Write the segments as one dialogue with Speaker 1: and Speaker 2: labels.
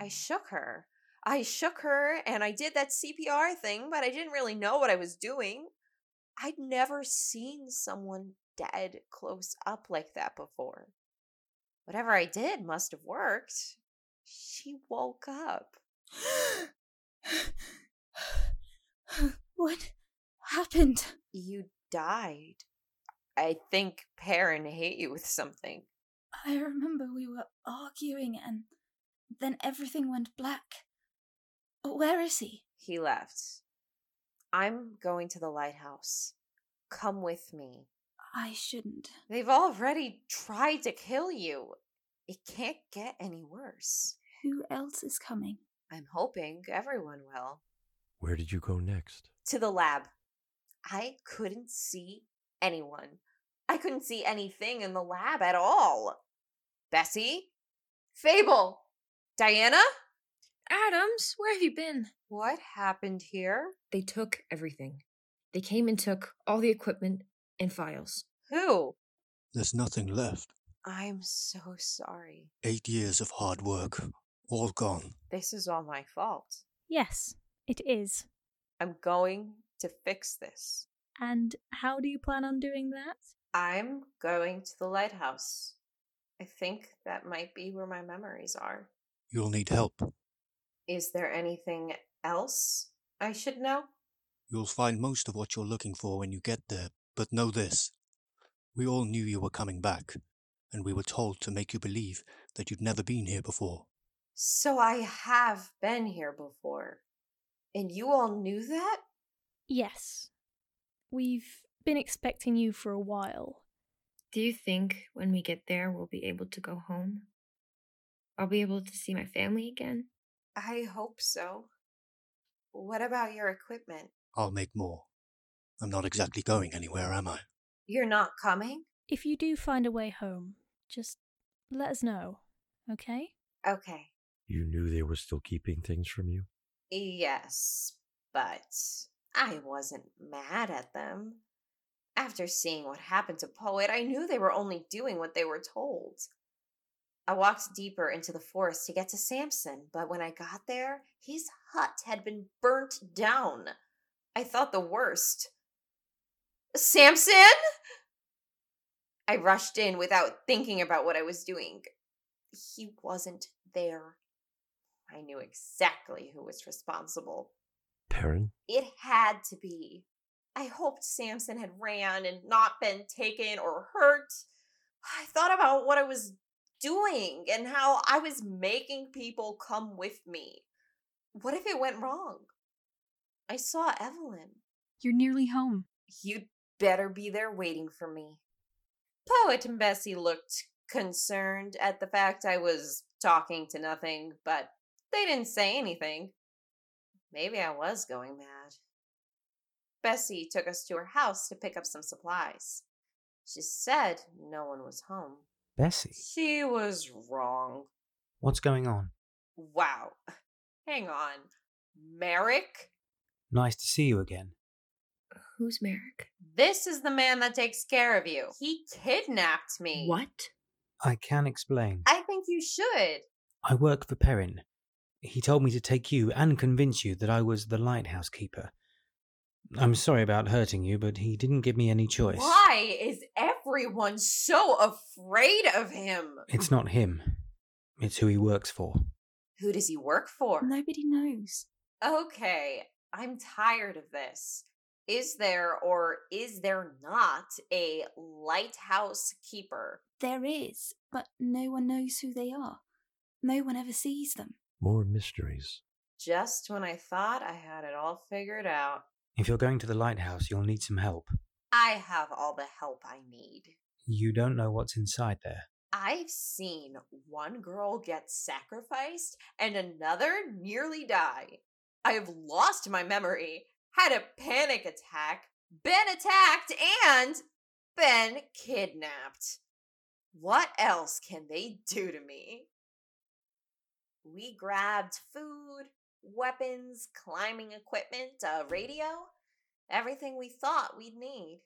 Speaker 1: I shook her. I shook her and I did that CPR thing, but I didn't really know what I was doing. I'd never seen someone dead close up like that before. Whatever I did must have worked. She woke up.
Speaker 2: what happened?
Speaker 1: You died. I think Perrin hit you with something.
Speaker 2: I remember we were arguing and then everything went black. Where is he?
Speaker 1: He left. I'm going to the lighthouse. Come with me.
Speaker 2: I shouldn't.
Speaker 1: They've already tried to kill you. It can't get any worse.
Speaker 2: Who else is coming?
Speaker 1: I'm hoping everyone will.
Speaker 3: Where did you go next?
Speaker 1: To the lab. I couldn't see anyone. I couldn't see anything in the lab at all. Bessie? Fable? Diana?
Speaker 4: Adams, where have you been?
Speaker 1: What happened here?
Speaker 4: They took everything. They came and took all the equipment and files.
Speaker 1: Who?
Speaker 5: There's nothing left.
Speaker 1: I'm so sorry.
Speaker 5: Eight years of hard work, all gone.
Speaker 1: This is all my fault.
Speaker 6: Yes, it is.
Speaker 1: I'm going to fix this.
Speaker 6: And how do you plan on doing that?
Speaker 1: I'm going to the lighthouse. I think that might be where my memories are.
Speaker 5: You'll need help.
Speaker 1: Is there anything else I should know?
Speaker 5: You'll find most of what you're looking for when you get there, but know this. We all knew you were coming back, and we were told to make you believe that you'd never been here before.
Speaker 1: So I have been here before. And you all knew that?
Speaker 6: Yes. We've been expecting you for a while.
Speaker 4: Do you think when we get there we'll be able to go home? I'll be able to see my family again?
Speaker 1: I hope so. What about your equipment?
Speaker 5: I'll make more. I'm not exactly going anywhere, am I?
Speaker 1: You're not coming?
Speaker 6: If you do find a way home, just let us know, okay?
Speaker 1: Okay.
Speaker 3: You knew they were still keeping things from you?
Speaker 1: Yes, but I wasn't mad at them. After seeing what happened to Poet, I knew they were only doing what they were told. I walked deeper into the forest to get to Samson, but when I got there, his hut had been burnt down. I thought the worst. Samson? I rushed in without thinking about what I was doing. He wasn't there. I knew exactly who was responsible.
Speaker 3: Perrin?
Speaker 1: It had to be. I hoped Samson had ran and not been taken or hurt. I thought about what I was doing and how I was making people come with me. What if it went wrong? I saw Evelyn.
Speaker 7: You're nearly home.
Speaker 1: You'd better be there waiting for me. Poet and Bessie looked concerned at the fact I was talking to nothing, but they didn't say anything. Maybe I was going mad. Bessie took us to her house to pick up some supplies. She said no one was home.
Speaker 8: Bessie,
Speaker 1: She was wrong.
Speaker 8: what's going on?
Speaker 1: Wow. Hang on. Merrick?
Speaker 8: Nice to see you again.
Speaker 4: Who's Merrick?
Speaker 1: This is the man that takes care of you. He kidnapped me.
Speaker 4: What?
Speaker 8: I can explain.
Speaker 1: I think you should.
Speaker 8: I work for Perrin. He told me to take you and convince you that I was the lighthouse keeper. I'm sorry about hurting you, but he didn't give me any choice.
Speaker 1: Why is everyone so afraid of him?
Speaker 8: It's not him. It's who he works for.
Speaker 1: Who does he work for?
Speaker 2: Nobody knows.
Speaker 1: Okay, I'm tired of this. Is there or is there not a lighthouse keeper?
Speaker 2: There is, but no one knows who they are. No one ever sees them.
Speaker 3: More mysteries.
Speaker 1: Just when I thought I had it all figured out,
Speaker 8: If you're going to the lighthouse, you'll need some help.
Speaker 1: I have all the help I need.
Speaker 8: You don't know what's inside there.
Speaker 1: I've seen one girl get sacrificed and another nearly die. I have lost my memory, had a panic attack, been attacked, and been kidnapped. What else can they do to me? We grabbed food, weapons, climbing equipment, a radio, everything we thought we'd need.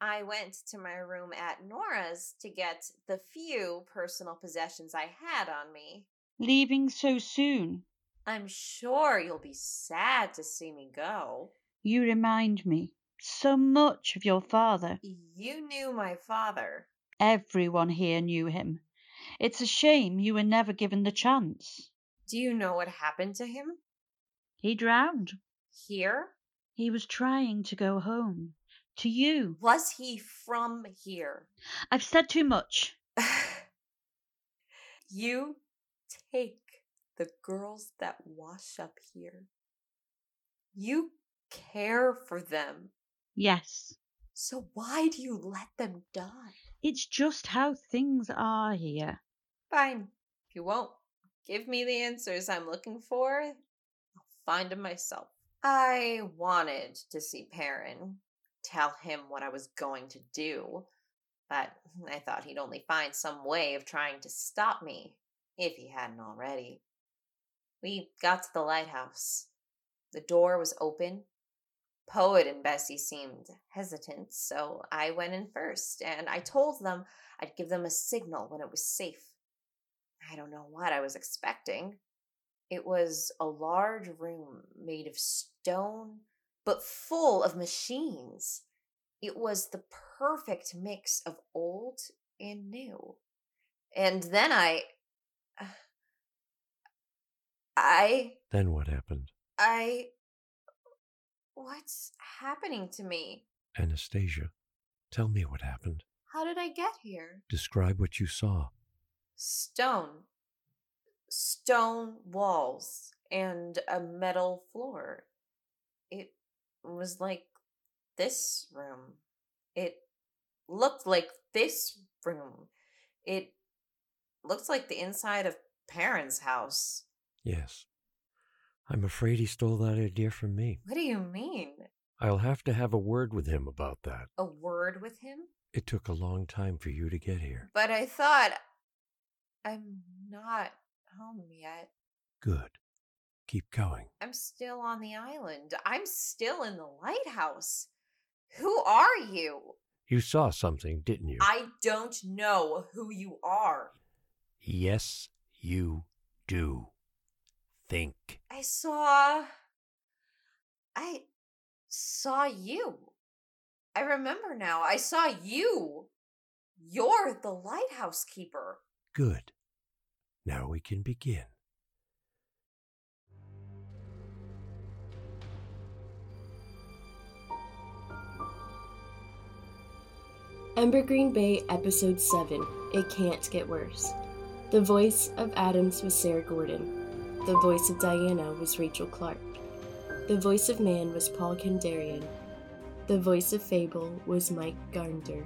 Speaker 1: I went to my room at Nora's to get the few personal possessions I had on me.
Speaker 7: leaving so soon.
Speaker 1: I'm sure you'll be sad to see me go.
Speaker 7: You remind me so much of your father.
Speaker 1: You knew my father.
Speaker 7: Everyone here knew him. It's a shame you were never given the chance.
Speaker 1: Do you know what happened to him?
Speaker 7: He drowned.
Speaker 1: Here?
Speaker 7: He was trying to go home. To you.
Speaker 1: Was he from here?
Speaker 7: I've said too much.
Speaker 1: you take the girls that wash up here. You care for them.
Speaker 7: Yes.
Speaker 1: So why do you let them die?
Speaker 7: It's just how things are here.
Speaker 1: Fine. If you won't give me the answers I'm looking for, I'll find them myself. I wanted to see Perrin, tell him what I was going to do, but I thought he'd only find some way of trying to stop me if he hadn't already. We got to the lighthouse. The door was open. Poet and Bessie seemed hesitant, so I went in first, and I told them I'd give them a signal when it was safe. I don't know what I was expecting. It was a large room made of stone, but full of machines. It was the perfect mix of old and new. And then I. I.
Speaker 3: Then what happened?
Speaker 1: I. What's happening to me?
Speaker 3: Anastasia, tell me what happened.
Speaker 1: How did I get here?
Speaker 3: Describe what you saw.
Speaker 1: Stone. Stone walls and a metal floor. It was like this room. It looked like this room. It looked like the inside of Perrin's house.
Speaker 3: Yes. I'm afraid he stole that idea from me.
Speaker 1: What do you mean?
Speaker 3: I'll have to have a word with him about that.
Speaker 1: A word with him?
Speaker 3: It took a long time for you to get here.
Speaker 1: But I thought I'm not home yet.
Speaker 3: Good. Keep going.
Speaker 1: I'm still on the island. I'm still in the lighthouse. Who are you?
Speaker 3: You saw something, didn't you?
Speaker 1: I don't know who you are.
Speaker 3: Yes, you do. Think.
Speaker 1: I saw. I saw you. I remember now. I saw you. You're the lighthouse keeper.
Speaker 3: Good. Now we can begin.
Speaker 9: Embergreen Bay, Episode 7 It Can't Get Worse. The voice of Adams was Sarah Gordon. The voice of Diana was Rachel Clark. The voice of man was Paul Kendarian. The voice of Fable was Mike Garnder.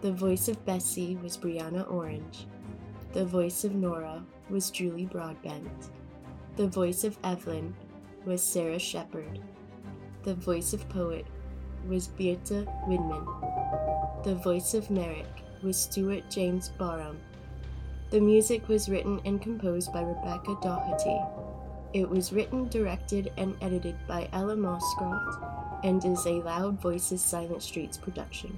Speaker 9: The voice of Bessie was Brianna Orange. The voice of Nora was Julie Broadbent. The voice of Evelyn was Sarah Shepard. The voice of Poet was Beata Widman. The voice of Merrick was Stuart James Barham. The music was written and composed by Rebecca Doherty. It was written, directed, and edited by Ella Moscroft and is a Loud Voices Silent Streets production.